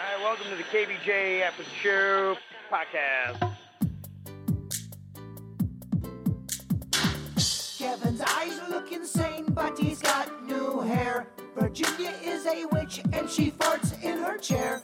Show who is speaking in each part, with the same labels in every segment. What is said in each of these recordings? Speaker 1: All right, welcome to the KBJ After the Show podcast.
Speaker 2: Kevin's eyes look insane, but he's got new hair. Virginia is a witch and she farts in her chair.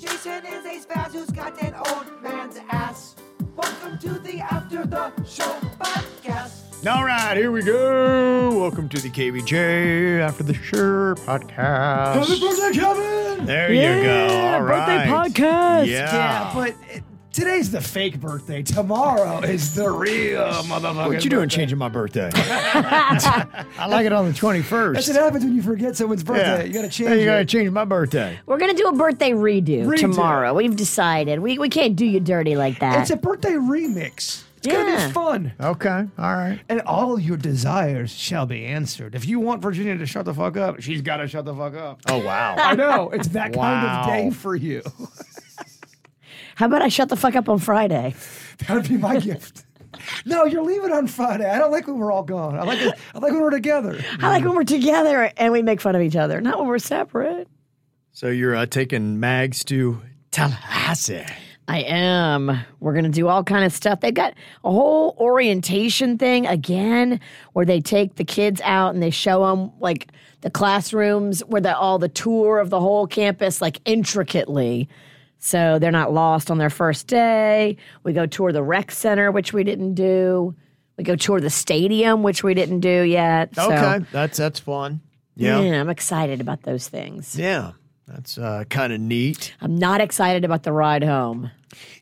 Speaker 2: Jason is a spaz who's got an old man's ass. Welcome to the After the Show podcast.
Speaker 3: All right, here we go. Welcome to the KBJ After the Sure podcast. Happy birthday, Kevin! There you go. All right.
Speaker 4: Birthday podcast.
Speaker 3: Yeah.
Speaker 5: but it, today's the fake birthday. Tomorrow is the real motherfucker.
Speaker 3: What you doing changing my birthday? I like it on the 21st.
Speaker 5: That's what happens when you forget someone's birthday. You gotta change
Speaker 3: Hey, you got to
Speaker 5: it.
Speaker 3: change my birthday.
Speaker 4: We're gonna do a birthday redo,
Speaker 5: Redo.
Speaker 4: tomorrow. We've decided we, we can't do you dirty like that.
Speaker 5: It's a birthday remix. It's gonna
Speaker 4: Yeah.
Speaker 5: be fun.
Speaker 3: Okay. All right.
Speaker 5: And all your desires shall be answered. If you want Virginia to shut the fuck up, she's gotta shut the fuck up.
Speaker 3: Oh, wow.
Speaker 5: I know. It's that
Speaker 3: Wow.
Speaker 5: kind of day for you.
Speaker 4: How about I shut the fuck up on Friday?
Speaker 5: That would be my gift. No, you're leaving on Friday. I don't like when we're all gone. I like it. I like when we're together.
Speaker 4: I like when we're together and we make fun of each other, not when we're separate.
Speaker 3: so you're uh, taking Mags to Tallahassee.
Speaker 4: I am. We're gonna do all kind of stuff. They've got a whole orientation thing again, where they take the kids out and they show them like the classrooms where the all the tour of the whole campus like intricately, so they're not lost on their first day. We go tour the rec center, which we didn't do. We go tour the stadium, which we didn't do yet. So,
Speaker 3: Okay. That's that's fun.
Speaker 4: yeah.
Speaker 3: Yeah.
Speaker 4: I'm excited about those things.
Speaker 3: Yeah. That's uh, kind of neat.
Speaker 4: I'm not excited about the ride home.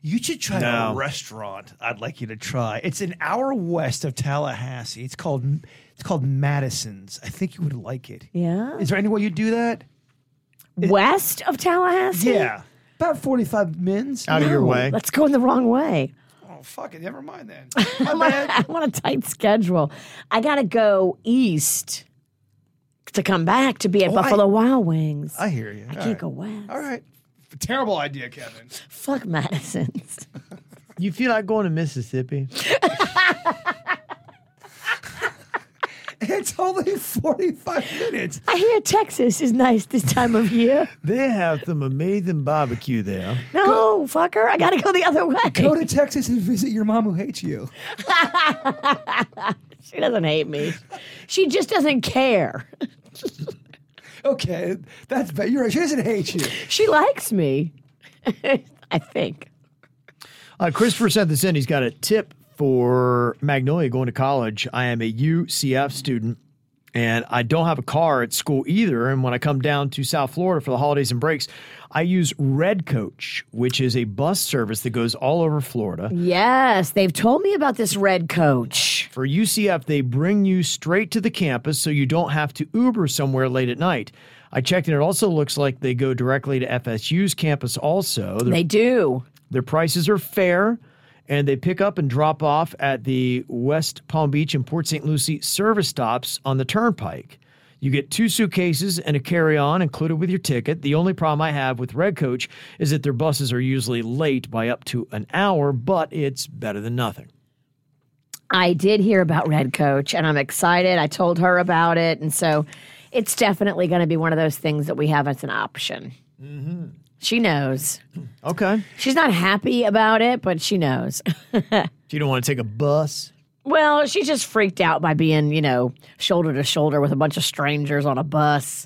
Speaker 5: You should try
Speaker 3: No.
Speaker 5: a restaurant. I'd like you to try. It's an hour west of Tallahassee. It's called it's called Madison's. I think you would like it.
Speaker 4: Yeah.
Speaker 5: Is there any way you do that?
Speaker 4: West of Tallahassee?
Speaker 5: Yeah. About 45 minutes.
Speaker 3: Out of your
Speaker 4: No,
Speaker 3: way.
Speaker 4: Let's go in the wrong way.
Speaker 5: Oh, fuck it. Never mind then.
Speaker 4: I'm on, I'm on a tight schedule. I got to go east to come back to be at
Speaker 5: Oh, I-
Speaker 4: Buffalo Wild Wings.
Speaker 5: I hear you.
Speaker 4: I can't go west.
Speaker 5: All right. Terrible idea, Kevin.
Speaker 4: Fuck Madison's.
Speaker 3: You feel like going to Mississippi?
Speaker 5: It's only 45 minutes.
Speaker 4: I hear Texas is nice this time of year.
Speaker 3: They have some amazing barbecue there.
Speaker 4: No, fucker. I got to go the other way.
Speaker 5: Go to Texas and visit your mom who hates you.
Speaker 4: she doesn't hate me. She just doesn't care.
Speaker 5: Okay. That's bad. You're right. She doesn't hate you.
Speaker 4: She likes me. I think.
Speaker 3: Uh, Christopher sent this in. He's got a tip for Magnolia going to college. I am a UCF student and I don't have a car at school either. And when I come down to South Florida for the holidays and breaks, I use Red Coach, which is a bus service that goes all over Florida.
Speaker 4: Yes, they've told me about this red coach.
Speaker 3: For UCF, they bring you straight to the campus so you don't have to Uber somewhere late at night. I checked and it also looks like they go directly to FSU's campus also. They're
Speaker 4: They do.
Speaker 3: Their prices are fair, and they pick up and drop off at the West Palm Beach and Port St. Lucie service stops on the turnpike. You get two suitcases and a carry on included with your ticket. The only problem I have with Red Coach is that their buses are usually late by up to an hour, but it's better than nothing.
Speaker 4: I did hear about Red Coach and I'm excited. I told her about it. And so it's definitely going to be one of those things that we have as an option. She knows.
Speaker 3: Okay.
Speaker 4: She's not happy about it, but she knows.
Speaker 3: If you don't want to take a bus,
Speaker 4: well, she's just freaked out by being, you know, shoulder to shoulder with a bunch of strangers on a bus.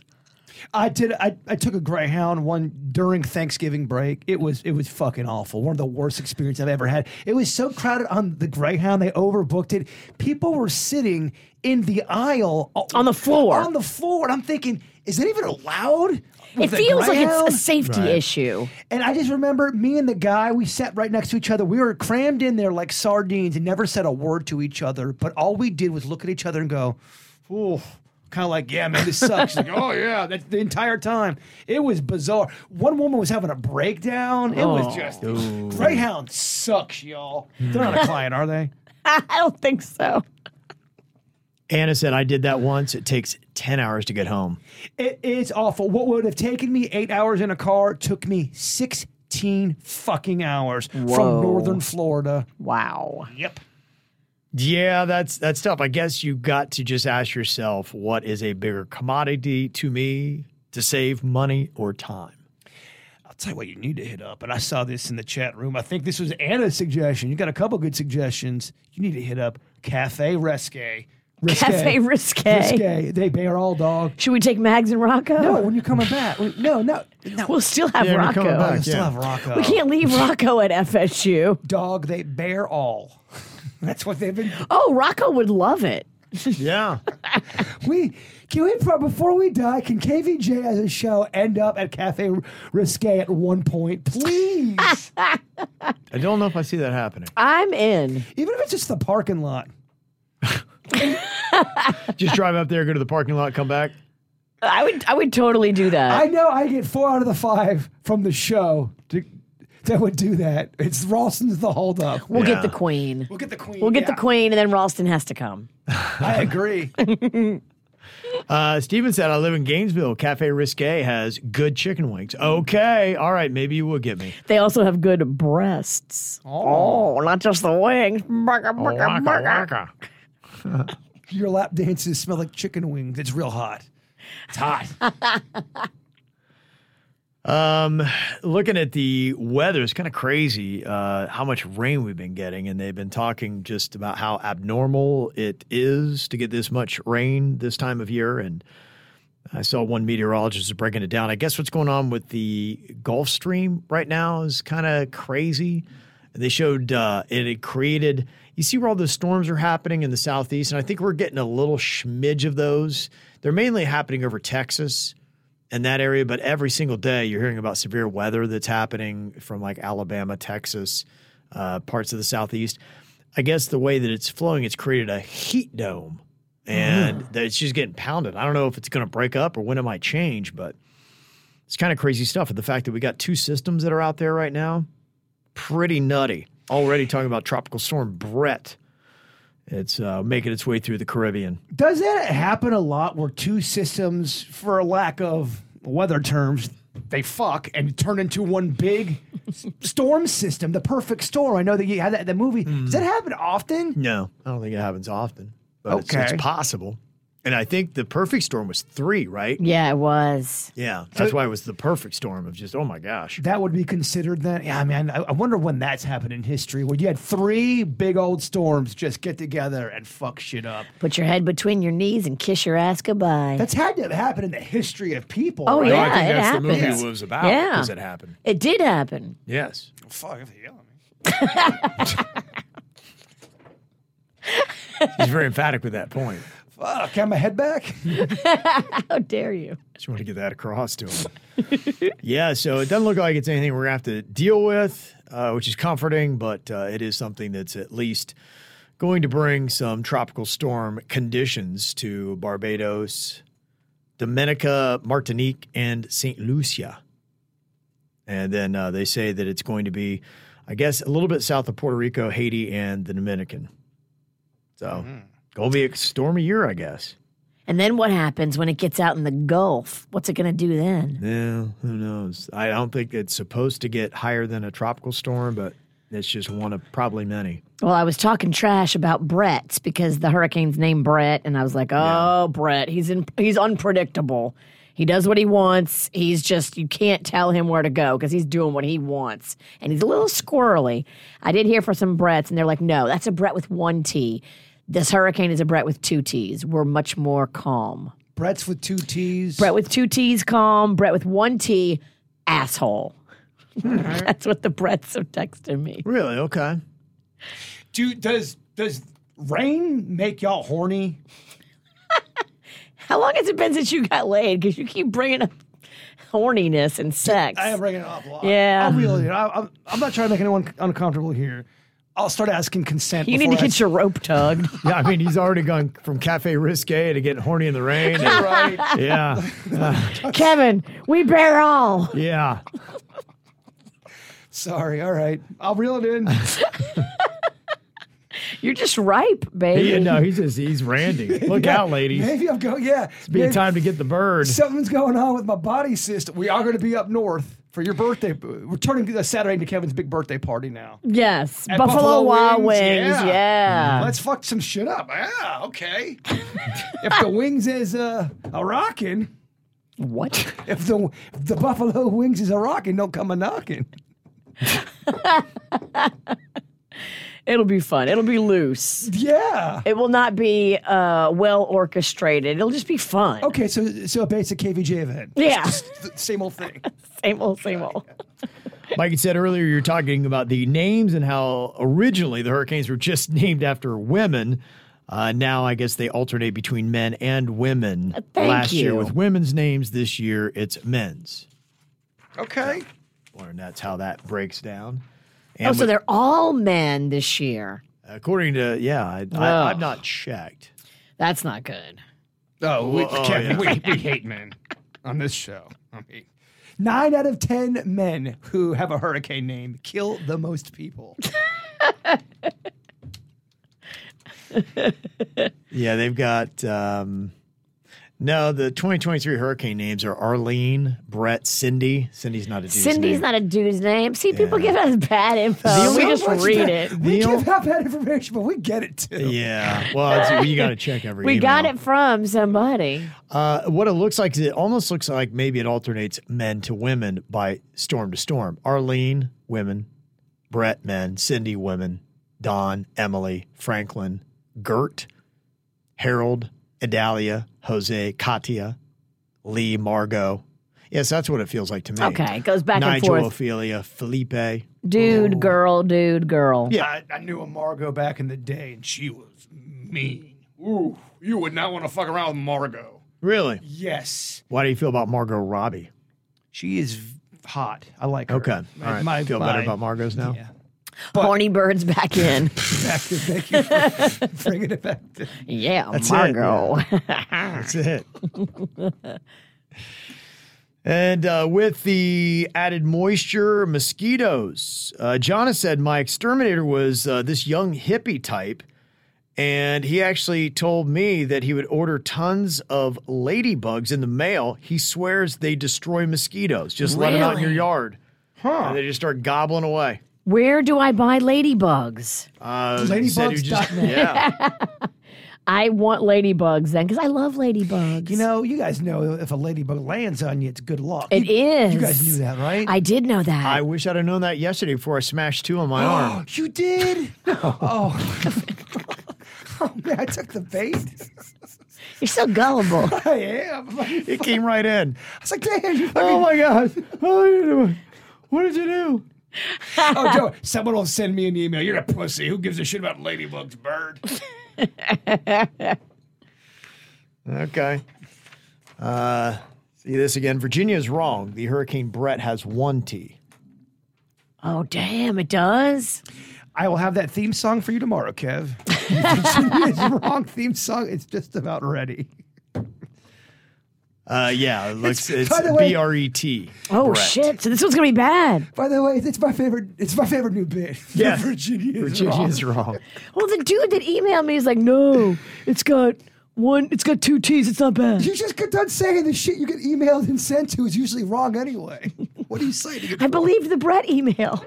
Speaker 5: I did. I, I took a Greyhound one during Thanksgiving break. It was it was fucking awful. One of the worst experiences I've ever had. It was so crowded on the Greyhound. They overbooked it. People were sitting in the aisle
Speaker 4: On the floor.
Speaker 5: On the floor, and I'm thinking, is that even allowed?
Speaker 4: It
Speaker 5: With a
Speaker 4: feels like it's a
Speaker 5: Greyhound?
Speaker 4: safety issue.
Speaker 5: And I just remember me and the guy, we sat right next to each other. We were crammed in there like sardines and never said a word to each other. But all we did was look at each other and go, "Ooh, kind of like, yeah, man, this sucks. She's like, oh yeah, that's the entire time. It was bizarre. One woman was having a breakdown. It was just Greyhound sucks, y'all. They're not a client, are they?
Speaker 4: I don't think so.
Speaker 3: Anna said, I did that once. It takes 10 hours to get home.
Speaker 5: It is awful. What would have taken me eight hours in a car took me sixteen fucking hours
Speaker 4: Whoa.
Speaker 5: from northern Florida.
Speaker 4: Wow.
Speaker 5: Yep.
Speaker 3: Yeah, that's that's tough. I guess you got to just ask yourself what is a bigger commodity to me to save money or time?
Speaker 5: I'll tell you what you need to hit up. And I saw this in the chat room. I think this was Anna's suggestion. You got a couple good suggestions. You need to hit up Cafe Resque. Risque.
Speaker 4: Cafe Risque.
Speaker 5: Risque. They bear all dog.
Speaker 4: Should we take Mags and Rocco?
Speaker 5: No, when you're coming back. When- No, no. no.
Speaker 4: We'll still have
Speaker 3: Yeah, we're
Speaker 4: Rocco.
Speaker 3: coming
Speaker 5: I
Speaker 3: back.
Speaker 5: still
Speaker 3: yeah.
Speaker 5: have Rocco.
Speaker 4: We can't leave Rocco at FSU.
Speaker 5: Dog, they bear all. That's what they've been.
Speaker 4: Oh, Rocco would love it.
Speaker 3: Yeah.
Speaker 5: We can we before we die. Can KVJ as a show end up at Cafe Risque at one point, please?
Speaker 3: I don't know if I see that happening.
Speaker 4: I'm in.
Speaker 5: Even if it's just the parking lot.
Speaker 3: Just drive up there, go to the parking lot, come back.
Speaker 4: I would I would totally do that.
Speaker 5: I know I get four out of the five from the show to, that would do that. It's Rawson's the holdup.
Speaker 4: we'll
Speaker 3: Yeah.
Speaker 4: get the queen.
Speaker 5: We'll get the queen.
Speaker 4: We'll get the queen and then Ralston has to come.
Speaker 5: I agree.
Speaker 3: Uh, Steven said, I live in Gainesville. Cafe Risque has good chicken wings. Okay. All right. Maybe you will get me.
Speaker 4: They also have good breasts. Oh, not just the wings. Burger, burger, burger.
Speaker 5: Your lap dances smell like chicken wings. It's real hot. It's hot.
Speaker 3: Um, looking at the weather, it's kind of crazy uh, how much rain we've been getting, and they've been talking just about how abnormal it is to get this much rain this time of year. And I saw one meteorologist was breaking it down. I guess what's going on with the Gulf Stream right now is kind of crazy. And They showed uh, it had created. You see where all those storms are happening in the southeast, and I think we're getting a little schmidge of those. They're mainly happening over Texas in that area, but every single day you're hearing about severe weather that's happening from like Alabama, Texas, uh, parts of the southeast. I guess the way that it's flowing, it's created a heat dome, and that it's just getting pounded. I don't know if it's going to break up or when it might change, but it's kind of crazy stuff. And the fact that we got two systems that are out there right now, pretty nutty. Already talking about tropical storm Brett. It's uh, making its way through the Caribbean.
Speaker 5: Does that happen a lot where two systems, for lack of weather terms, they fuck and turn into one big s- storm system, the perfect storm? I know that you had that in the movie. Does that happen often?
Speaker 3: No, I don't think it happens often, but it's,
Speaker 5: Okay.
Speaker 3: it's possible. And I think the perfect storm was three, right?
Speaker 4: Yeah, it was.
Speaker 3: Yeah, that's why it was the perfect storm of just oh my gosh.
Speaker 5: That would be considered that. Yeah, I mean, I, I wonder when that's happened in history where you had three big old storms just get together and fuck shit up.
Speaker 4: Put your head between your knees and kiss your ass goodbye.
Speaker 5: That's had to have happened in the history of people.
Speaker 4: Oh,
Speaker 5: right?
Speaker 4: yeah, it happens.
Speaker 3: was about
Speaker 4: Yeah.
Speaker 3: happened.
Speaker 4: it did happen.
Speaker 3: Yes.
Speaker 5: Fuck, if you're yelling at me.
Speaker 3: He's very emphatic with that point.
Speaker 5: Fuck, have my head back?
Speaker 4: How dare you?
Speaker 3: Just want to get that across to him. yeah, so it doesn't look like it's anything we're going to have to deal with, uh, which is comforting, but uh, it is something that's at least going to bring some tropical storm conditions to Barbados, Dominica, Martinique, and St. Lucia. And then uh, they say that it's going to be, I guess, a little bit south of Puerto Rico, Haiti, and the Dominican. So, going to be a stormy year, I guess.
Speaker 4: And then what happens when it gets out in the Gulf? What's it going to do then?
Speaker 3: Yeah, who knows? I don't think it's supposed to get higher than a tropical storm, but it's just one of probably many.
Speaker 4: Well, I was talking trash about Brett because the hurricane's named Brett, and I was like, "Oh, Brett, he's in, he's unpredictable. He does what he wants. He's just you can't tell him where to go because he's doing what he wants, and he's a little squirrely." I did hear for some Bretts, and they're like, "No, that's a Brett with one T. This hurricane is a Brett with two T's. We're much more calm.
Speaker 5: Brett's with two T's.
Speaker 4: Brett with two T's, calm. Brett with one T, asshole." that's what the Bretts have texted me.
Speaker 3: Really? Okay.
Speaker 5: Do does does rain make y'all horny?
Speaker 4: How long has it been since you got laid? Because you keep bringing up horniness and sex.
Speaker 5: I am bringing it up a lot.
Speaker 4: Yeah.
Speaker 5: I really. I, I'm, I'm not trying to make anyone uncomfortable here, I'll start asking consent.
Speaker 4: You need to
Speaker 5: before I
Speaker 4: get your rope tugged.
Speaker 3: Yeah, I mean, he's already gone from cafe risque to getting horny in the rain. and-
Speaker 5: Right.
Speaker 3: yeah,
Speaker 4: Kevin, we bear all.
Speaker 3: yeah.
Speaker 5: Sorry. All right. I'll reel it in.
Speaker 4: You're just ripe, baby.
Speaker 3: He, no, he's just he's randy. Look out, ladies. It's
Speaker 5: Maybe I'm going. Yeah. It's
Speaker 3: be a time to get the bird.
Speaker 5: Something's going on with my body system. We are going to be up north for your birthday. We're turning the Saturday into Kevin's big birthday party now.
Speaker 4: yes.
Speaker 5: At
Speaker 4: Buffalo, Wild Wings.
Speaker 5: yeah.
Speaker 4: Yeah.
Speaker 5: Let's fuck some shit up. Yeah. Okay. if the wings is uh, a rocking,
Speaker 4: What?
Speaker 5: if the if the buffalo wings is a rocking, don't come a knocking.
Speaker 4: It'll be fun. It'll be loose.
Speaker 5: Yeah.
Speaker 4: It will not be uh, well orchestrated. It'll just be fun.
Speaker 5: Okay. So so a basic KVJ event.
Speaker 4: Yeah.
Speaker 5: The Same old thing.
Speaker 4: same old, same old.
Speaker 3: Like you said earlier, you're talking about the names and how originally the Hurricanes were just named after women. Uh, now, I guess they alternate between men and women.
Speaker 4: Uh, thank
Speaker 3: Last year
Speaker 4: you.
Speaker 3: with women's names, this year it's men's.
Speaker 5: Okay.
Speaker 3: And that's how that breaks down. And
Speaker 4: Oh, so
Speaker 3: with-
Speaker 4: they're all men this year.
Speaker 3: according to, yeah, I,
Speaker 4: Oh.
Speaker 3: I, I've not checked.
Speaker 4: That's not good.
Speaker 5: Oh, we,
Speaker 3: oh,
Speaker 5: Kevin, we, we hate men on this show. I mean, nine out of ten men who have a hurricane name kill the most people.
Speaker 3: Yeah, they've got. Um, no, the 2023 hurricane names are Arlene, Brett, Cindy. Cindy's not a dude's
Speaker 4: Cindy's
Speaker 3: name.
Speaker 4: not a dude's name. See, people give us bad info.
Speaker 3: The
Speaker 4: Uh, We
Speaker 3: only-
Speaker 4: just
Speaker 5: What's
Speaker 4: read
Speaker 5: that?
Speaker 4: it.
Speaker 5: We
Speaker 3: The
Speaker 5: give
Speaker 3: only-
Speaker 5: out that information, but we get it too.
Speaker 3: Yeah, well, it's, you got to check every.
Speaker 4: We got
Speaker 3: email.
Speaker 4: it from somebody.
Speaker 3: Uh, what it looks like is it almost looks like maybe it alternates men to women by storm to storm. Arlene, women. Brett, men. Cindy, women. Don, Emily, Franklin, Gert, Harold, Idalia, Jose, Katia, Lee, Margot. Yes, that's what it feels like to me.
Speaker 4: Okay, it goes back
Speaker 3: Nigel,
Speaker 4: and forth.
Speaker 3: Ophelia, Felipe.
Speaker 4: Dude, girl, dude, girl.
Speaker 3: Yeah.
Speaker 5: I, I knew a Margot back in the day, and she was mean. Ooh, you would not want to fuck around with Margot.
Speaker 3: Really?
Speaker 5: Yes,
Speaker 3: Why do you feel about Margot Robbie?
Speaker 5: she is v- hot. I like her.
Speaker 3: Okay, all right. Feel better about Margot's now?
Speaker 5: Yeah.
Speaker 4: Horny birds back in.
Speaker 5: Back to, thank you for bringing it back. To,
Speaker 4: yeah,
Speaker 3: That's it,
Speaker 4: Margot.
Speaker 3: That's it. and uh, with the added moisture, mosquitoes. Uh, Jonna said my exterminator was uh, this young hippie type, and he actually told me that he would order tons of ladybugs in the mail. He swears they destroy mosquitoes. Just let them out in your
Speaker 4: Really?
Speaker 3: yard. Huh. And they just start gobbling away.
Speaker 4: Where do I buy ladybugs?
Speaker 3: Uh, he said he was just-
Speaker 5: Ladybugs.net.
Speaker 3: Yeah.
Speaker 4: I want ladybugs then because I love ladybugs.
Speaker 5: you know, you guys know if a ladybug lands on you, it's good luck.
Speaker 4: it
Speaker 5: you,
Speaker 4: is.
Speaker 5: You guys knew that, right?
Speaker 4: I did know that.
Speaker 3: I wish I'd have known that yesterday before I smashed two on my arm.
Speaker 5: You did? oh. oh, man, I took the bait.
Speaker 4: You're so gullible.
Speaker 5: I am. I
Speaker 3: It came right in.
Speaker 5: was like, damn, you fucking.
Speaker 3: Oh my gosh. What did you do? What did you do?
Speaker 5: Oh, Joe, someone will send me an email. You're a pussy. Who gives a shit about ladybugs, bird?
Speaker 3: Okay. Uh, see this again. Virginia is wrong. The Hurricane Brett has one T.
Speaker 4: oh, damn, it does?
Speaker 5: I will have that theme song for you tomorrow, Kev. it's the wrong theme song. It's just about ready.
Speaker 3: Uh, yeah, it looks
Speaker 5: It's-
Speaker 3: it's,
Speaker 5: by the way-
Speaker 3: B R E T.
Speaker 4: Oh, shit. So this one's going to be bad.
Speaker 5: By the way, it's my favorite. It's my favorite new bit.
Speaker 3: Yeah.
Speaker 5: Virginia is
Speaker 3: Virginia
Speaker 5: wrong.
Speaker 3: is wrong.
Speaker 4: Well, the dude that emailed me is like, no, it's got one, it's got two T's. It's not bad.
Speaker 5: You just get done saying the shit you get emailed and sent to is usually wrong anyway. What do you say to get
Speaker 4: I believe the Brett email.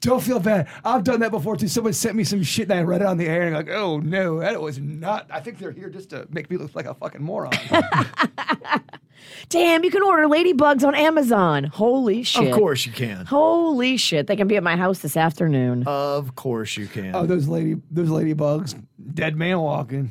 Speaker 5: Don't feel bad. I've done that before too. Someone sent me some shit and I read it on the air and I'm like, oh no, that was not. I think they're here just to make me look like a fucking moron.
Speaker 4: Damn, you can order ladybugs on Amazon. Holy shit.
Speaker 3: Of course you can.
Speaker 4: Holy shit. They can be at my house this afternoon.
Speaker 3: Of course you can.
Speaker 5: oh, those lady, those ladybugs, dead man walking.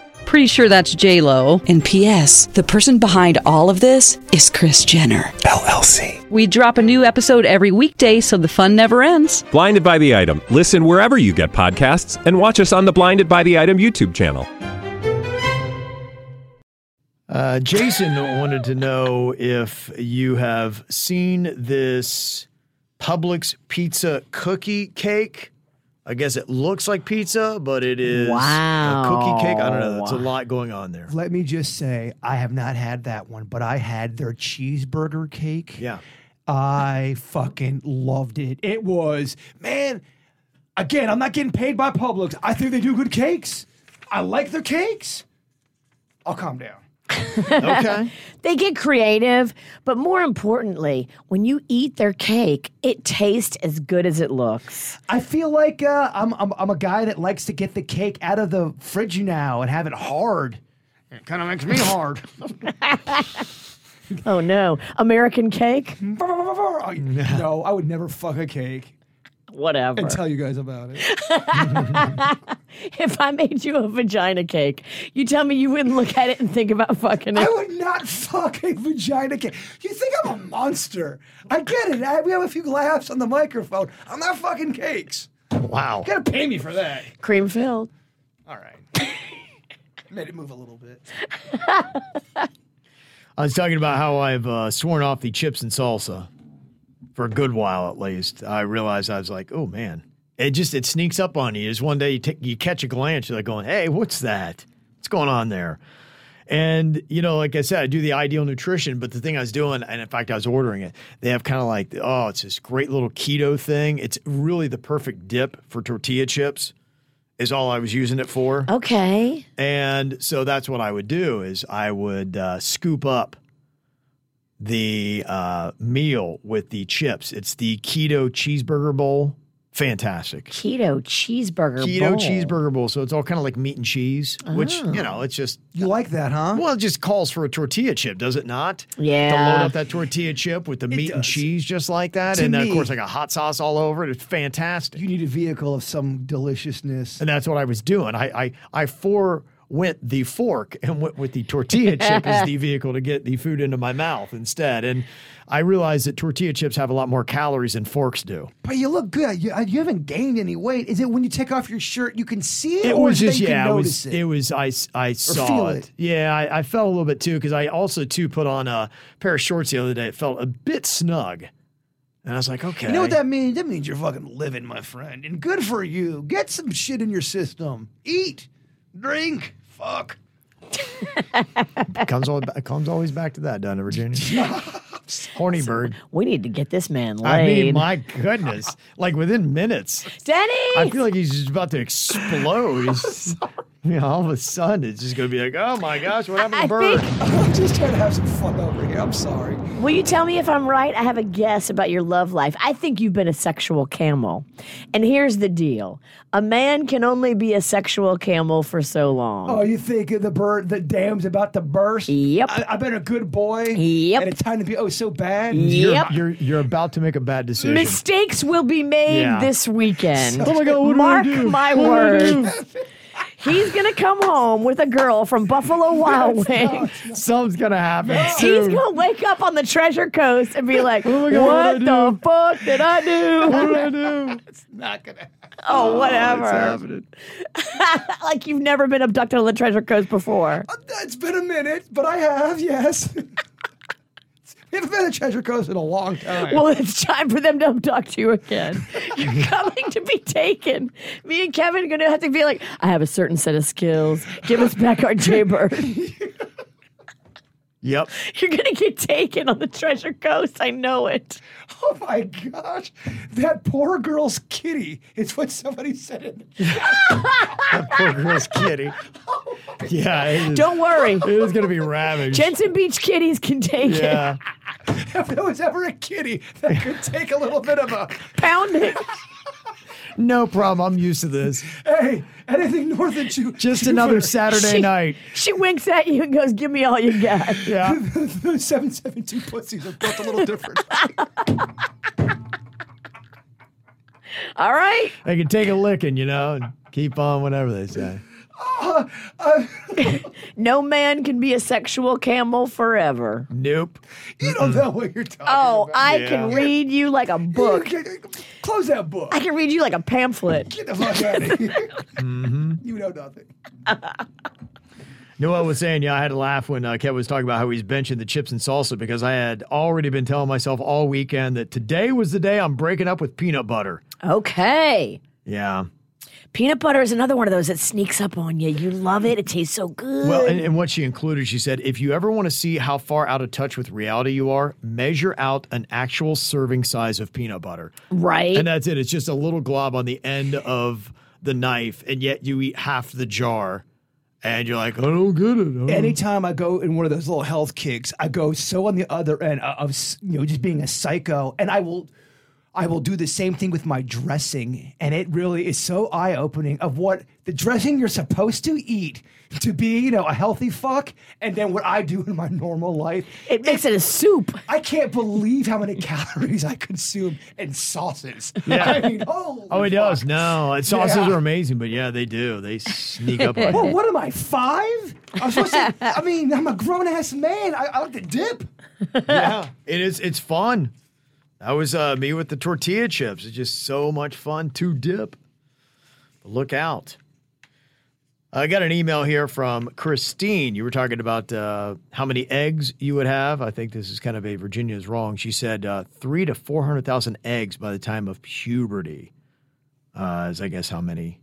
Speaker 6: Pretty sure that's J Lo.
Speaker 7: And P.S. The person behind all of this is Chris Jenner.
Speaker 8: LLC.
Speaker 6: We drop a new episode every weekday, so the fun never ends.
Speaker 8: Blinded by the item. Listen wherever you get podcasts, and watch us on the Blinded by the Item YouTube channel.
Speaker 3: Uh, Jason wanted to know if you have seen this Publix pizza cookie cake. I guess it looks like pizza, but it is a cookie cake. I don't know. That's a lot going on there.
Speaker 5: Let me just say, I have not had that one, but I had their cheeseburger cake.
Speaker 3: Yeah.
Speaker 5: I fucking loved it. It was, man, again, I'm not getting paid by Publix. I think they do good cakes. I like their cakes. I'll calm down.
Speaker 3: Okay.
Speaker 4: They get creative, but more importantly, when you eat their cake, it tastes as good as it looks.
Speaker 5: I feel like uh, I'm, I'm, I'm a guy that likes to get the cake out of the fridge now and have it hard. It kind of makes me hard.
Speaker 4: Oh no, American cake?
Speaker 5: no, I would never fuck a cake
Speaker 4: Whatever.
Speaker 5: and tell you guys about it.
Speaker 4: if I made you a vagina cake, you tell me you wouldn't look at it and think about fucking
Speaker 5: I
Speaker 4: it.
Speaker 5: would not fuck a vagina cake. You think I'm a monster? I get it. I, we have a few laughs on the microphone. I'm not fucking cakes.
Speaker 3: wow.
Speaker 5: You gotta pay me for that.
Speaker 4: Cream filled.
Speaker 5: All right. Made it move a little bit.
Speaker 3: I was talking about how I've uh, sworn off the chips and salsa for a good while, at least. I realized I was like, oh man, it just it sneaks up on you. Is one day you take you catch a glance, you're like going, hey, what's that? What's going on there? And you know, like I said, I do the ideal nutrition, but the thing I was doing, and in fact, I was ordering it. They have kind of like, oh, it's this great little keto thing. It's really the perfect dip for tortilla chips. Is all I was using it for.
Speaker 4: Okay.
Speaker 3: And so that's what I would do is I would uh, scoop up the uh, meal with the chips. It's the keto cheeseburger bowl. Fantastic.
Speaker 4: Keto cheeseburger.
Speaker 3: Keto
Speaker 4: bowl.
Speaker 3: cheeseburger bowl. So it's all kind of like meat and cheese, which, you know, it's just,
Speaker 5: You like that, huh?
Speaker 3: well, it just calls for a tortilla chip, does it not? To
Speaker 4: Yeah.
Speaker 3: load up that tortilla chip with the meat and
Speaker 5: does.
Speaker 3: cheese just like that.
Speaker 5: To
Speaker 3: and then,
Speaker 5: me-
Speaker 3: of course, like a hot sauce all over it. It's fantastic.
Speaker 5: You need a vehicle of some deliciousness.
Speaker 3: and that's what I was doing. I I, I forewent the fork and went with the tortilla chip as the vehicle to get the food into my mouth instead. And I realized that tortilla chips have a lot more calories than forks do.
Speaker 5: But you look good. You, you haven't gained any weight. Is it when you take off your shirt, you can see it?
Speaker 3: It
Speaker 5: or
Speaker 3: was
Speaker 5: they
Speaker 3: just
Speaker 5: can
Speaker 3: yeah, it
Speaker 5: notice
Speaker 3: was it was I s- I
Speaker 5: feel
Speaker 3: saw it.
Speaker 5: it.
Speaker 3: Yeah, I, I felt a little bit too because I also too put on a pair of shorts the other day. It felt a bit snug, and I was like, okay,
Speaker 5: You know what that means? That means you're fucking living, my friend. And good for you. Get some shit in your system. Eat, drink, fuck.
Speaker 3: comes all it comes always back to that, doesn't it, Virginia? Horny bird.
Speaker 4: We need to get this man
Speaker 3: I
Speaker 4: laid.
Speaker 3: mean, my goodness! Like within minutes.
Speaker 4: Denny.
Speaker 3: I feel like he's just about to explode. He's- you know, all of a sudden, it's just going to be like, oh my gosh, what happened to
Speaker 4: I
Speaker 3: Bird?
Speaker 4: think-
Speaker 5: I'm just trying to have some fun over here. I'm sorry.
Speaker 4: Will you tell me if I'm right? I have a guess about your love life. I think you've been a sexual camel. And here's the deal a man can only be a sexual camel for so long.
Speaker 5: Oh, you think the bird, the dam's about to burst?
Speaker 4: Yep.
Speaker 5: I, I've been a good boy.
Speaker 4: Yep.
Speaker 5: And it's time to be oh so bad.
Speaker 3: You're,
Speaker 4: yep.
Speaker 3: you're, you're about to make a bad decision.
Speaker 4: Mistakes will be made
Speaker 3: Yeah.
Speaker 4: this weekend.
Speaker 3: Oh my God, what do I
Speaker 4: Mark
Speaker 3: do?
Speaker 4: my
Speaker 3: What do I do?
Speaker 4: words. He's going to come home with a girl from Buffalo Wild Wings.
Speaker 3: Something's going to happen.
Speaker 4: He's
Speaker 3: soon.
Speaker 4: going to wake up on the treasure coast and be like,
Speaker 3: my God,
Speaker 4: what the fuck did I
Speaker 3: What
Speaker 4: do?
Speaker 3: do I do?
Speaker 4: oh, whatever.
Speaker 3: happening.
Speaker 4: like you've never been abducted on the treasure coast before.
Speaker 5: It's been a minute, but I have, yes. We haven't been to Treasure Coast in a long time.
Speaker 4: Well, it's time for them to abduct you again. You're coming to be taken. Me and Kevin are going to have to be like, I have a certain set of skills. Give us back our Jaybird.
Speaker 3: Yep.
Speaker 4: You're going to get taken on the Treasure Coast. I know it.
Speaker 5: oh my gosh, that poor girl's kitty. It's what somebody said. In the- Oh
Speaker 3: Poor girl's kitty. Yeah. It is,
Speaker 4: Don't worry.
Speaker 3: It is going to be ravaged.
Speaker 4: Jensen Beach kitties can take it.
Speaker 3: yeah.
Speaker 5: if there was ever a kitty that could take a little bit of a
Speaker 4: Pound it.
Speaker 3: No problem. I'm used to this.
Speaker 5: hey, anything north of you.
Speaker 3: Just another Saturday
Speaker 4: She-
Speaker 3: night.
Speaker 4: She winks at you and goes, Give me all you got.
Speaker 3: Yeah.
Speaker 5: Those 772 pussies are built a little different.
Speaker 4: All right.
Speaker 3: They can take a licking, you know, and keep on whatever they say.
Speaker 4: No man can be a sexual camel forever.
Speaker 3: Nope.
Speaker 5: you don't know what you're talking
Speaker 4: Oh,
Speaker 5: about.
Speaker 4: I can
Speaker 3: Yeah.
Speaker 4: read you like a book.
Speaker 5: Close that book.
Speaker 4: Uh, I can read you like a pamphlet.
Speaker 5: Get the fuck out of here.
Speaker 4: Mm-hmm.
Speaker 5: You know nothing.
Speaker 3: You know what I was saying? Yeah, I had to laugh when uh, Kev was talking about how he's benching the chips and salsa because I had already been telling myself all weekend that today was the day I'm breaking up with peanut butter.
Speaker 4: Okay.
Speaker 3: Yeah.
Speaker 4: Peanut butter is another one of those that sneaks up on you. You love it. It tastes so good.
Speaker 3: Well, and, and what she included, she said, if you ever want to see how far out of touch with reality you are, measure out an actual serving size of peanut butter.
Speaker 4: right?
Speaker 3: And that's it. It's just a little glob on the end of the knife, and yet you eat half the jar, and you're like, I don't get it. I don't
Speaker 5: Anytime I go in one of those little health kicks, I go so on the other end of s- you know just being a psycho, and I will, I will do the same thing with my dressing, and it really is so eye opening of what the dressing you're supposed to eat to be you know a healthy fuck, and then what I do in my normal life.
Speaker 4: it makes it a soup.
Speaker 5: I can't believe how many calories I consume in sauces.
Speaker 3: Yeah.
Speaker 5: I mean, holy
Speaker 3: Oh, it
Speaker 5: fuck.
Speaker 3: does. No, it's- sauces
Speaker 5: Yeah.
Speaker 3: are amazing, but yeah, they do. They sneak up on
Speaker 5: Well,
Speaker 3: you.
Speaker 5: what am I five? I'm supposed to. I mean, I'm a grown ass man. I, I like to dip.
Speaker 3: Yeah, it is. It's fun. That was uh, me with the tortilla chips. It's just so much fun to dip. But look out! I got an email here from Christine. You were talking about uh, how many eggs you would have. I think this is kind of a Virginia's wrong. She said uh, three to four hundred thousand eggs by the time of puberty. Uh, is I guess how many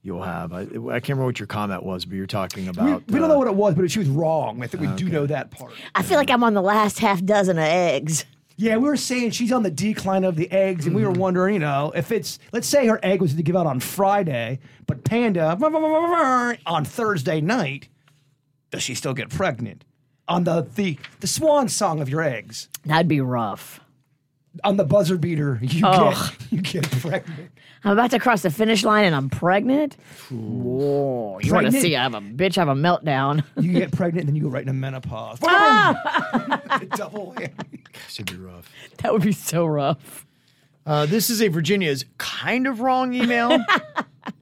Speaker 3: you'll have. I, I can't remember what your comment was, but you're talking
Speaker 5: We,
Speaker 3: about.
Speaker 5: we don't
Speaker 3: uh,
Speaker 5: know what it was, but she was wrong. I think we do know that part.
Speaker 4: I feel like I'm on the last half dozen of eggs.
Speaker 5: Yeah, we were saying she's on the decline of the eggs, and we were wondering, you know, if it's let's say her egg was to give out on Friday, but Panda on Thursday night, does she still get pregnant? On the the the swan song of your eggs,
Speaker 4: That'd be rough.
Speaker 5: on the buzzer beater, you
Speaker 4: Ugh.
Speaker 5: get you get pregnant.
Speaker 4: I'm about to cross the finish line and I'm pregnant. Whoa! You want to
Speaker 5: Pregnant?
Speaker 4: see? I have a bitch. I have a meltdown.
Speaker 5: You get pregnant, and then you go right into menopause. Double whammy.
Speaker 3: Should be rough.
Speaker 4: that would be so rough.
Speaker 3: Uh, this is a Virginia's kind of wrong email.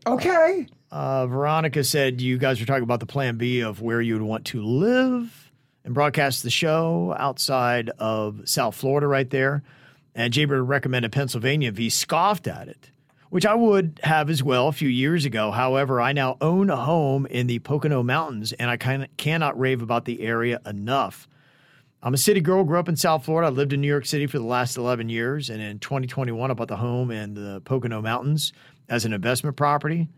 Speaker 5: Okay.
Speaker 3: uh, Veronica said you guys were talking about the plan B of where you would want to live and broadcast the show outside of South Florida, right there. And Jaybird recommended Pennsylvania. V scoffed at it, which I would have as well a few years ago. However, I now own a home in the Pocono Mountains, and I kind cannot rave about the area enough. I'm a city girl, grew up in South Florida. I lived in New York City for the last 11 years. And in 2021, I bought the home in the Pocono Mountains as an investment property.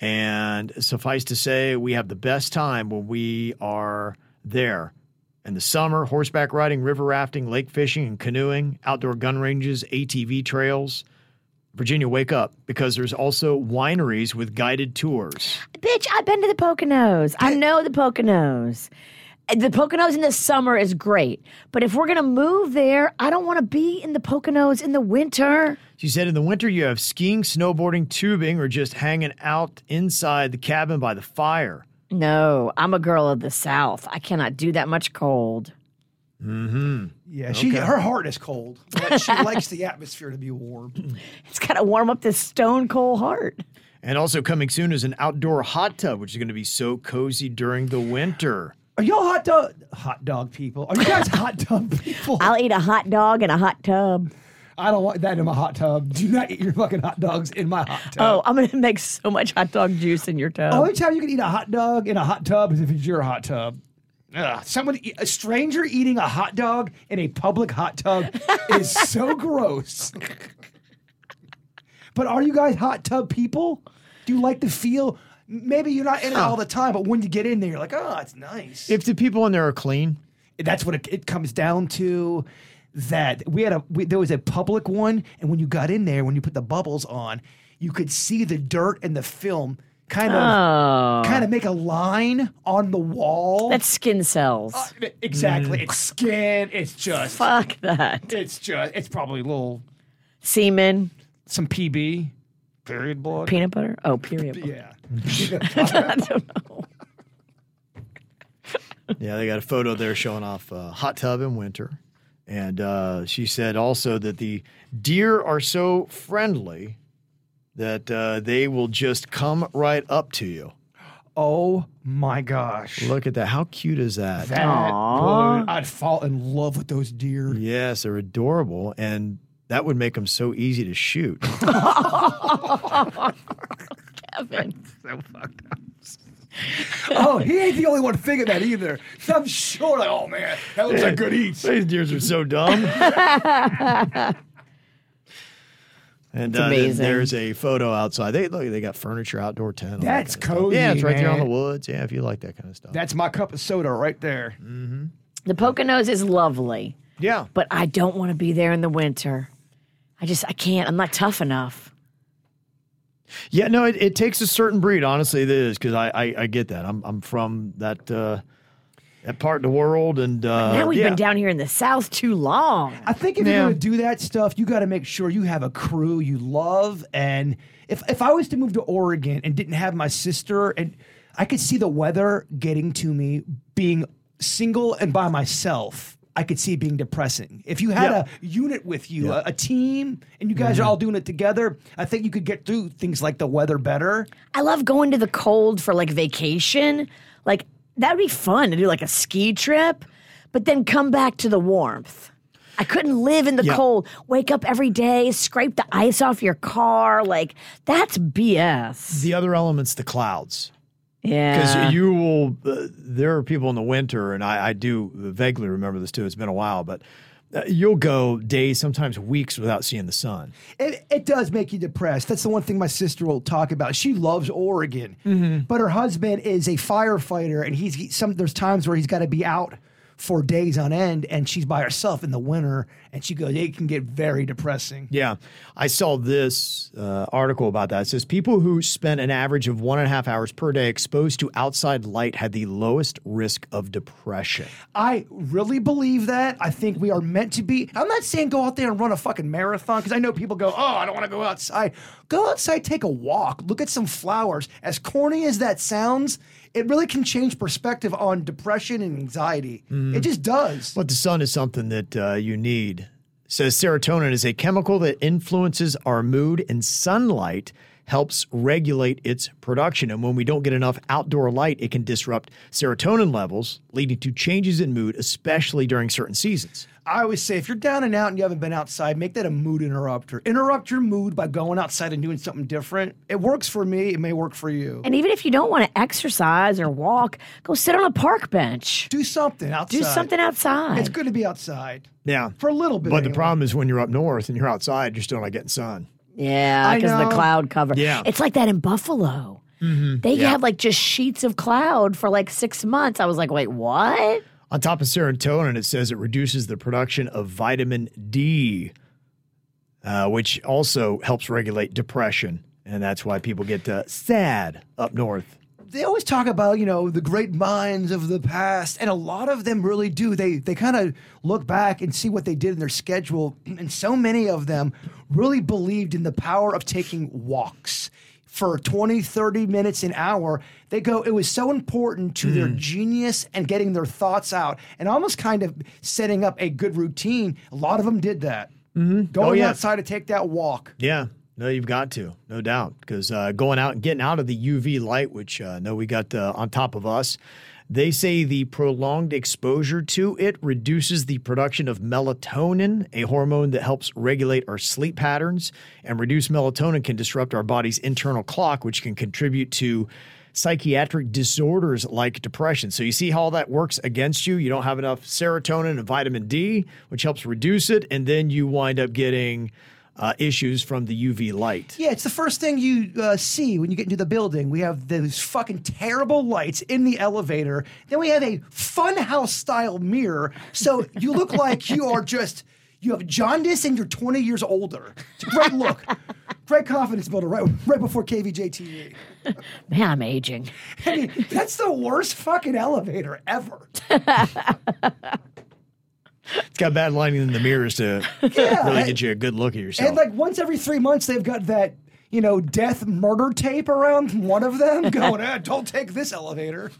Speaker 3: And suffice to say, we have the best time when we are there. In the summer, horseback riding, river rafting, lake fishing, and canoeing, outdoor gun ranges, ATV trails. Virginia, wake up because there's also wineries with guided tours.
Speaker 4: Bitch, I've been to the Poconos. I know the Poconos. The Poconos in the summer is great, but if we're gonna move there, I don't want to be in the Poconos in the winter.
Speaker 3: She said, in the winter, you have skiing, snowboarding, tubing, or just hanging out inside the cabin by the fire.
Speaker 4: No, I'm a girl of the South. I cannot do that much cold.
Speaker 5: Yeah, she her heart is cold, but she likes the atmosphere to be warm.
Speaker 4: It's gotta warm up this stone cold heart.
Speaker 3: And also coming soon is an outdoor hot tub, which is going to be so cozy during the winter.
Speaker 5: Are y'all hot dog hot dog people? Are you guys hot tub people?
Speaker 4: I'll eat a hot dog in a hot tub.
Speaker 5: I don't want that in my hot tub. Do not eat your fucking hot dogs in my hot tub.
Speaker 4: Oh, I'm gonna make so much hot dog juice in your
Speaker 5: The
Speaker 4: tub.
Speaker 5: only time you can eat a hot dog in a hot tub is if it's your hot tub. Ugh, someone, e- a stranger eating a hot dog in a public hot tub is so gross. but are you guys hot tub people? Do you like the feel? Maybe you're not in it all the time, but when you get in there, you're like, oh, it's nice.
Speaker 3: If the people in there are clean,
Speaker 5: that's what it, it comes down to. That we had a we, there was a public one, and when you got in there, when you put the bubbles on, you could see the dirt and the film kind of kind of make a line on the wall.
Speaker 4: Oh. That's skin cells.
Speaker 5: Oh. exactly. It's skin. It's just.
Speaker 4: Fuck that.
Speaker 5: It's just. It's probably a little
Speaker 4: Semen,
Speaker 5: some PB. Period blood.
Speaker 4: peanut butter. Oh, period.
Speaker 5: yeah.
Speaker 4: I don't know.
Speaker 3: Yeah, they got a photo there showing off a hot tub in winter. And uh, she said also that the deer are so friendly that uh, they will just come right up to you.
Speaker 5: Oh my gosh.
Speaker 3: Look at that. How cute is that?
Speaker 5: That would, I'd fall in love with those deer.
Speaker 3: yes, they're adorable. And that would make them so easy to shoot.
Speaker 4: Evan.
Speaker 5: Oh, he ain't the only one thinking that either. So I'm sure, like, oh man, that looks like good eats.
Speaker 3: These deers are so dumb. And uh, then
Speaker 4: amazing.
Speaker 3: there's a photo outside. They look. They got furniture, outdoor tent. all that
Speaker 5: That's
Speaker 3: kinda stuff.
Speaker 5: cozy,
Speaker 3: Yeah, it's right there on
Speaker 5: man.
Speaker 3: the woods. Yeah, if you like that kind of stuff.
Speaker 5: That's my cup of soda right there.
Speaker 4: The Poconos is lovely,
Speaker 3: yeah.
Speaker 4: but I don't want to be there in the winter. I just, I can't. I'm not tough enough.
Speaker 3: Yeah, no, it, it takes a certain breed. Honestly, it is because I, I I get that. I'm I'm from that uh, that part of the world, and uh,
Speaker 4: now we've
Speaker 3: yeah.
Speaker 4: been down here in the South too long.
Speaker 5: I think if
Speaker 3: Yeah.
Speaker 5: you're going to do that stuff, you got to make sure you have a crew you love. And if if I was to move to Oregon and didn't have my sister, and I could see the weather getting to me, being single and by myself, I could see it being depressing. If you had
Speaker 3: Yeah.
Speaker 5: a unit with you, a, a team, and you guys are all doing it together, I think you could get through things like the weather better.
Speaker 4: I love going to the cold for like vacation. Like that'd be fun to do like a ski trip, but then come back to the warmth. I couldn't live in the
Speaker 3: Yeah.
Speaker 4: cold. Wake up every day, scrape the ice off your car. Like that's BS.
Speaker 3: the other elements, the clouds, because
Speaker 4: Yeah.
Speaker 3: you will. Uh, there are people in the winter, and I, I do vaguely remember this too. It's been a while, but uh, you'll go days, sometimes weeks, without seeing the sun.
Speaker 5: It, it does make you depressed. That's the one thing my sister will talk about. She loves Oregon, but her husband is a firefighter, and he's he, some. There's times where he's got to be out for days on end, and she's by herself in the winter, and she goes, it can get very depressing.
Speaker 3: Yeah, I saw this uh, article about that. It says people who spent an average of one and a half hours per day exposed to outside light had the lowest risk of depression.
Speaker 5: I really believe that. I think we are meant to be. I'm not saying go out there and run a fucking marathon because I know people go, oh, I don't want to go outside. Go outside, take a walk, look at some flowers. As corny as that sounds, it really can change perspective on depression and anxiety.
Speaker 3: Mm-hmm.
Speaker 5: It just does.
Speaker 3: But the sun is something that uh, you need. Says serotonin is a chemical that influences our mood, and sunlight helps regulate its production. And when we don't get enough outdoor light, it can disrupt serotonin levels, leading to changes in mood, especially during certain seasons.
Speaker 5: I always say if you're down and out and you haven't been outside, make that a mood interrupter. Interrupt your mood by going outside and doing something different. It works for me, it may work for you.
Speaker 4: and even if you don't want to exercise or walk, go sit on a park bench.
Speaker 5: Do something outside.
Speaker 4: Do something outside.
Speaker 5: It's good to be outside.
Speaker 3: Yeah.
Speaker 5: For a little bit.
Speaker 3: But the
Speaker 5: anyway.
Speaker 3: problem is when you're up north and you're outside, you're still not getting sun.
Speaker 4: Yeah,
Speaker 5: I
Speaker 4: because the
Speaker 5: know.
Speaker 4: cloud cover.
Speaker 3: Yeah.
Speaker 4: It's like that in Buffalo. They had like just sheets of cloud for like six months. I was like, wait, what?
Speaker 3: On top of serotonin, it says it reduces the production of vitamin D, uh, which also helps regulate depression. And that's why people get uh, sad up north.
Speaker 5: they always talk about you know the great minds of the past and a lot of them really do they they kind of look back and see what they did in their schedule and so many of them really believed in the power of taking walks for 20 30 minutes an hour they go it was so important to their genius and getting their thoughts out and almost kind of setting up a good routine a lot of them did that going
Speaker 3: yeah.
Speaker 5: outside to take that walk
Speaker 3: Yeah. No, you've got to, no doubt, because uh, going out and getting out of the UV light, which uh, no, we got uh, on top of us. They say the prolonged exposure to it reduces the production of melatonin, a hormone that helps regulate our sleep patterns. And reduced melatonin can disrupt our body's internal clock, which can contribute to psychiatric disorders like depression. So you see how all that works against you. You don't have enough serotonin and vitamin D, which helps reduce it, and then you wind up getting uh, issues from the UV light.
Speaker 5: Yeah, it's the first thing you uh, see when you get into the building. We have those fucking terrible lights in the elevator. Then we have a funhouse style mirror. So you look like you are just, you have jaundice and you're 20 years older. It's a great look. great confidence builder right, right before KVJTV.
Speaker 4: Man, I'm aging.
Speaker 5: E. I mean, that's the worst fucking elevator ever.
Speaker 3: It's got bad lighting in the mirrors to
Speaker 5: Yeah,
Speaker 3: really
Speaker 5: I-
Speaker 3: get you a good look at yourself.
Speaker 5: And like once every three months, they've got that, you know, death murder tape around one of them going, eh, don't take this elevator.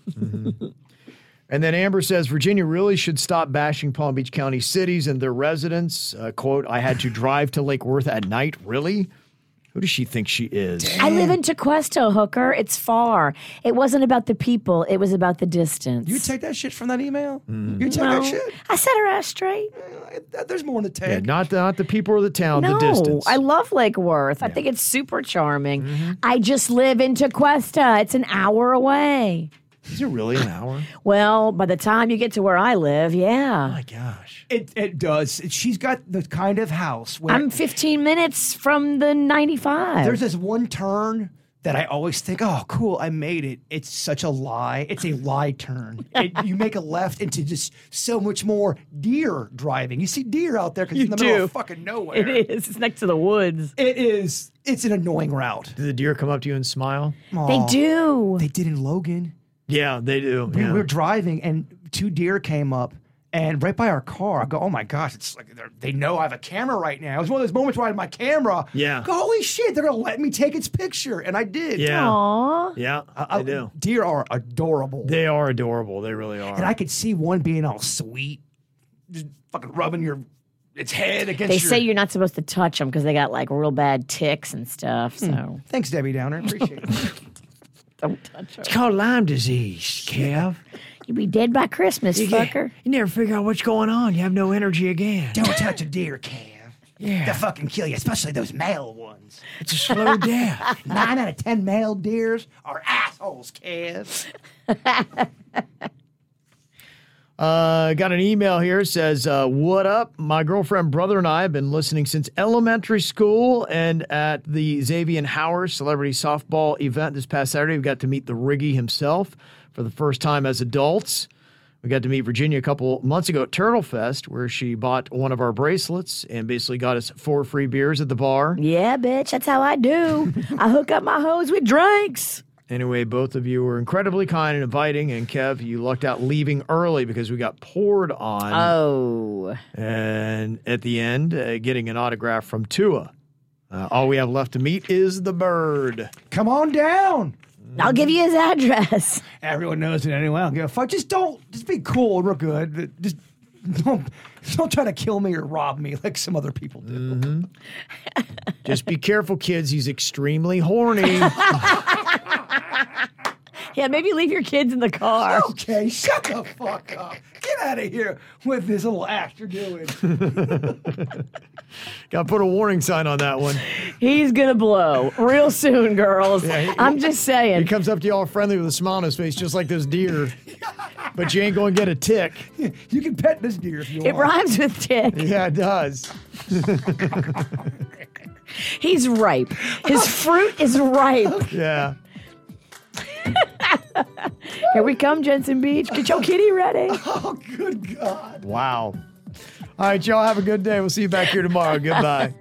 Speaker 3: And then Amber says Virginia really should stop bashing Palm Beach County cities and their residents. Uh, quote, I had to drive to Lake Worth at night. Really? Who does she think she is?
Speaker 4: I live in Tequesto, Hooker. It's far. It wasn't about the people. It was about the distance.
Speaker 5: You take that shit from that email? You take
Speaker 4: No.
Speaker 5: that shit?
Speaker 4: I set her ass straight.
Speaker 5: Uh, There's more in the tank.
Speaker 3: Yeah, not the, not the people or the town,
Speaker 4: no,
Speaker 3: the distance.
Speaker 4: I love Lake Worth. I think it's super charming. I just live in Tequesta. It's an hour away.
Speaker 3: is it really an hour?
Speaker 4: Well, by the time you get to where I live, yeah.
Speaker 3: My gosh.
Speaker 5: It, it does. She's got the kind of house where
Speaker 4: I'm 15 minutes from the 95.
Speaker 5: Oh, there's this one turn that I always think, oh, cool, I made it. It's such a lie. It's a lie turn. it, you make a left into just so much more deer driving. You see deer out there because it's in the middle of
Speaker 4: do.
Speaker 5: fucking nowhere.
Speaker 4: it is. It's next to the woods.
Speaker 5: It is. It's an annoying route.
Speaker 3: Do the deer come up to you and smile?
Speaker 4: They do.
Speaker 5: They did in Logan.
Speaker 3: Yeah, they do.
Speaker 5: We
Speaker 3: yeah.
Speaker 5: were driving, and two deer came up, and right by our car, I go, "Oh my gosh!" It's like they're- they know I have a camera right now. It was one of those moments where I had my camera.
Speaker 3: Yeah.
Speaker 5: Go, Holy shit! They're gonna let me take its picture, and I did.
Speaker 3: yeah.
Speaker 4: Aw.
Speaker 3: Yeah,
Speaker 5: I,
Speaker 3: they do.
Speaker 5: Deer are adorable,
Speaker 3: They are adorable. They really are.
Speaker 5: and I could see one being all sweet, just fucking rubbing your its head against.
Speaker 4: They
Speaker 5: your,
Speaker 4: say you're not supposed to touch them because they got like real bad ticks and stuff. So
Speaker 5: Thanks, Debbie Downer. Appreciate it.
Speaker 4: don't touch them.
Speaker 3: it's called Lyme disease, Kev.
Speaker 4: You'll be dead by Christmas, fucker.
Speaker 3: You never figure out what's going on. You have no energy again.
Speaker 5: Don't touch a deer, Cam. Yeah. They'll fucking kill you, especially those male ones.
Speaker 3: It's a slow death.
Speaker 5: Nine out of ten male deers are assholes, Kev.
Speaker 3: Uh, got an email here says, uh, "What up? My girlfriend, brother, and I have been listening since elementary school, and at the Xavier and Howard Celebrity Softball event this past Saturday, we got to meet the Riggy himself for the first time as adults. We got to meet Virginia a couple months ago at Turtle Fest, where she bought one of our bracelets and basically got us four free beers at the bar.
Speaker 4: Yeah, bitch, that's how I do. I hook up my hoes with drinks.
Speaker 3: Anyway, both of you were incredibly kind and inviting, and Kev, you lucked out leaving early because we got poured on."
Speaker 4: Oh.
Speaker 3: and at the end, uh, getting an autograph from Tua. Uh, all we have left to meet is the bird.
Speaker 5: Come on down.
Speaker 4: I'll give you his address.
Speaker 5: Everyone knows it anyway. I don't give a fuck. Just don't. Just be cool. We're good. Just don't. Don't try to kill me or rob me like some other people do.
Speaker 3: Just be careful, kids. He's extremely horny.
Speaker 4: Yeah, maybe leave your kids in the car.
Speaker 5: Okay, shut the fuck up. Get out of here with this little act you're doing.
Speaker 3: Got to put a warning sign on that one.
Speaker 4: He's gonna blow real soon, girls.
Speaker 3: he-
Speaker 4: I'm just
Speaker 3: He
Speaker 4: saying.
Speaker 3: comes up to you all friendly with a smile on his face, just like this deer. But you ain't going to get a tick.
Speaker 5: You can pet this deer if you
Speaker 4: It
Speaker 5: want.
Speaker 4: rhymes with dick.
Speaker 3: Yeah, it does.
Speaker 4: He's ripe. His fruit is ripe.
Speaker 3: Yeah.
Speaker 4: Here we come, Jensen Beach. Get your kitty ready.
Speaker 5: Oh, good God.
Speaker 3: Wow. All right, y'all have a good day. We'll see you back here tomorrow. Goodbye.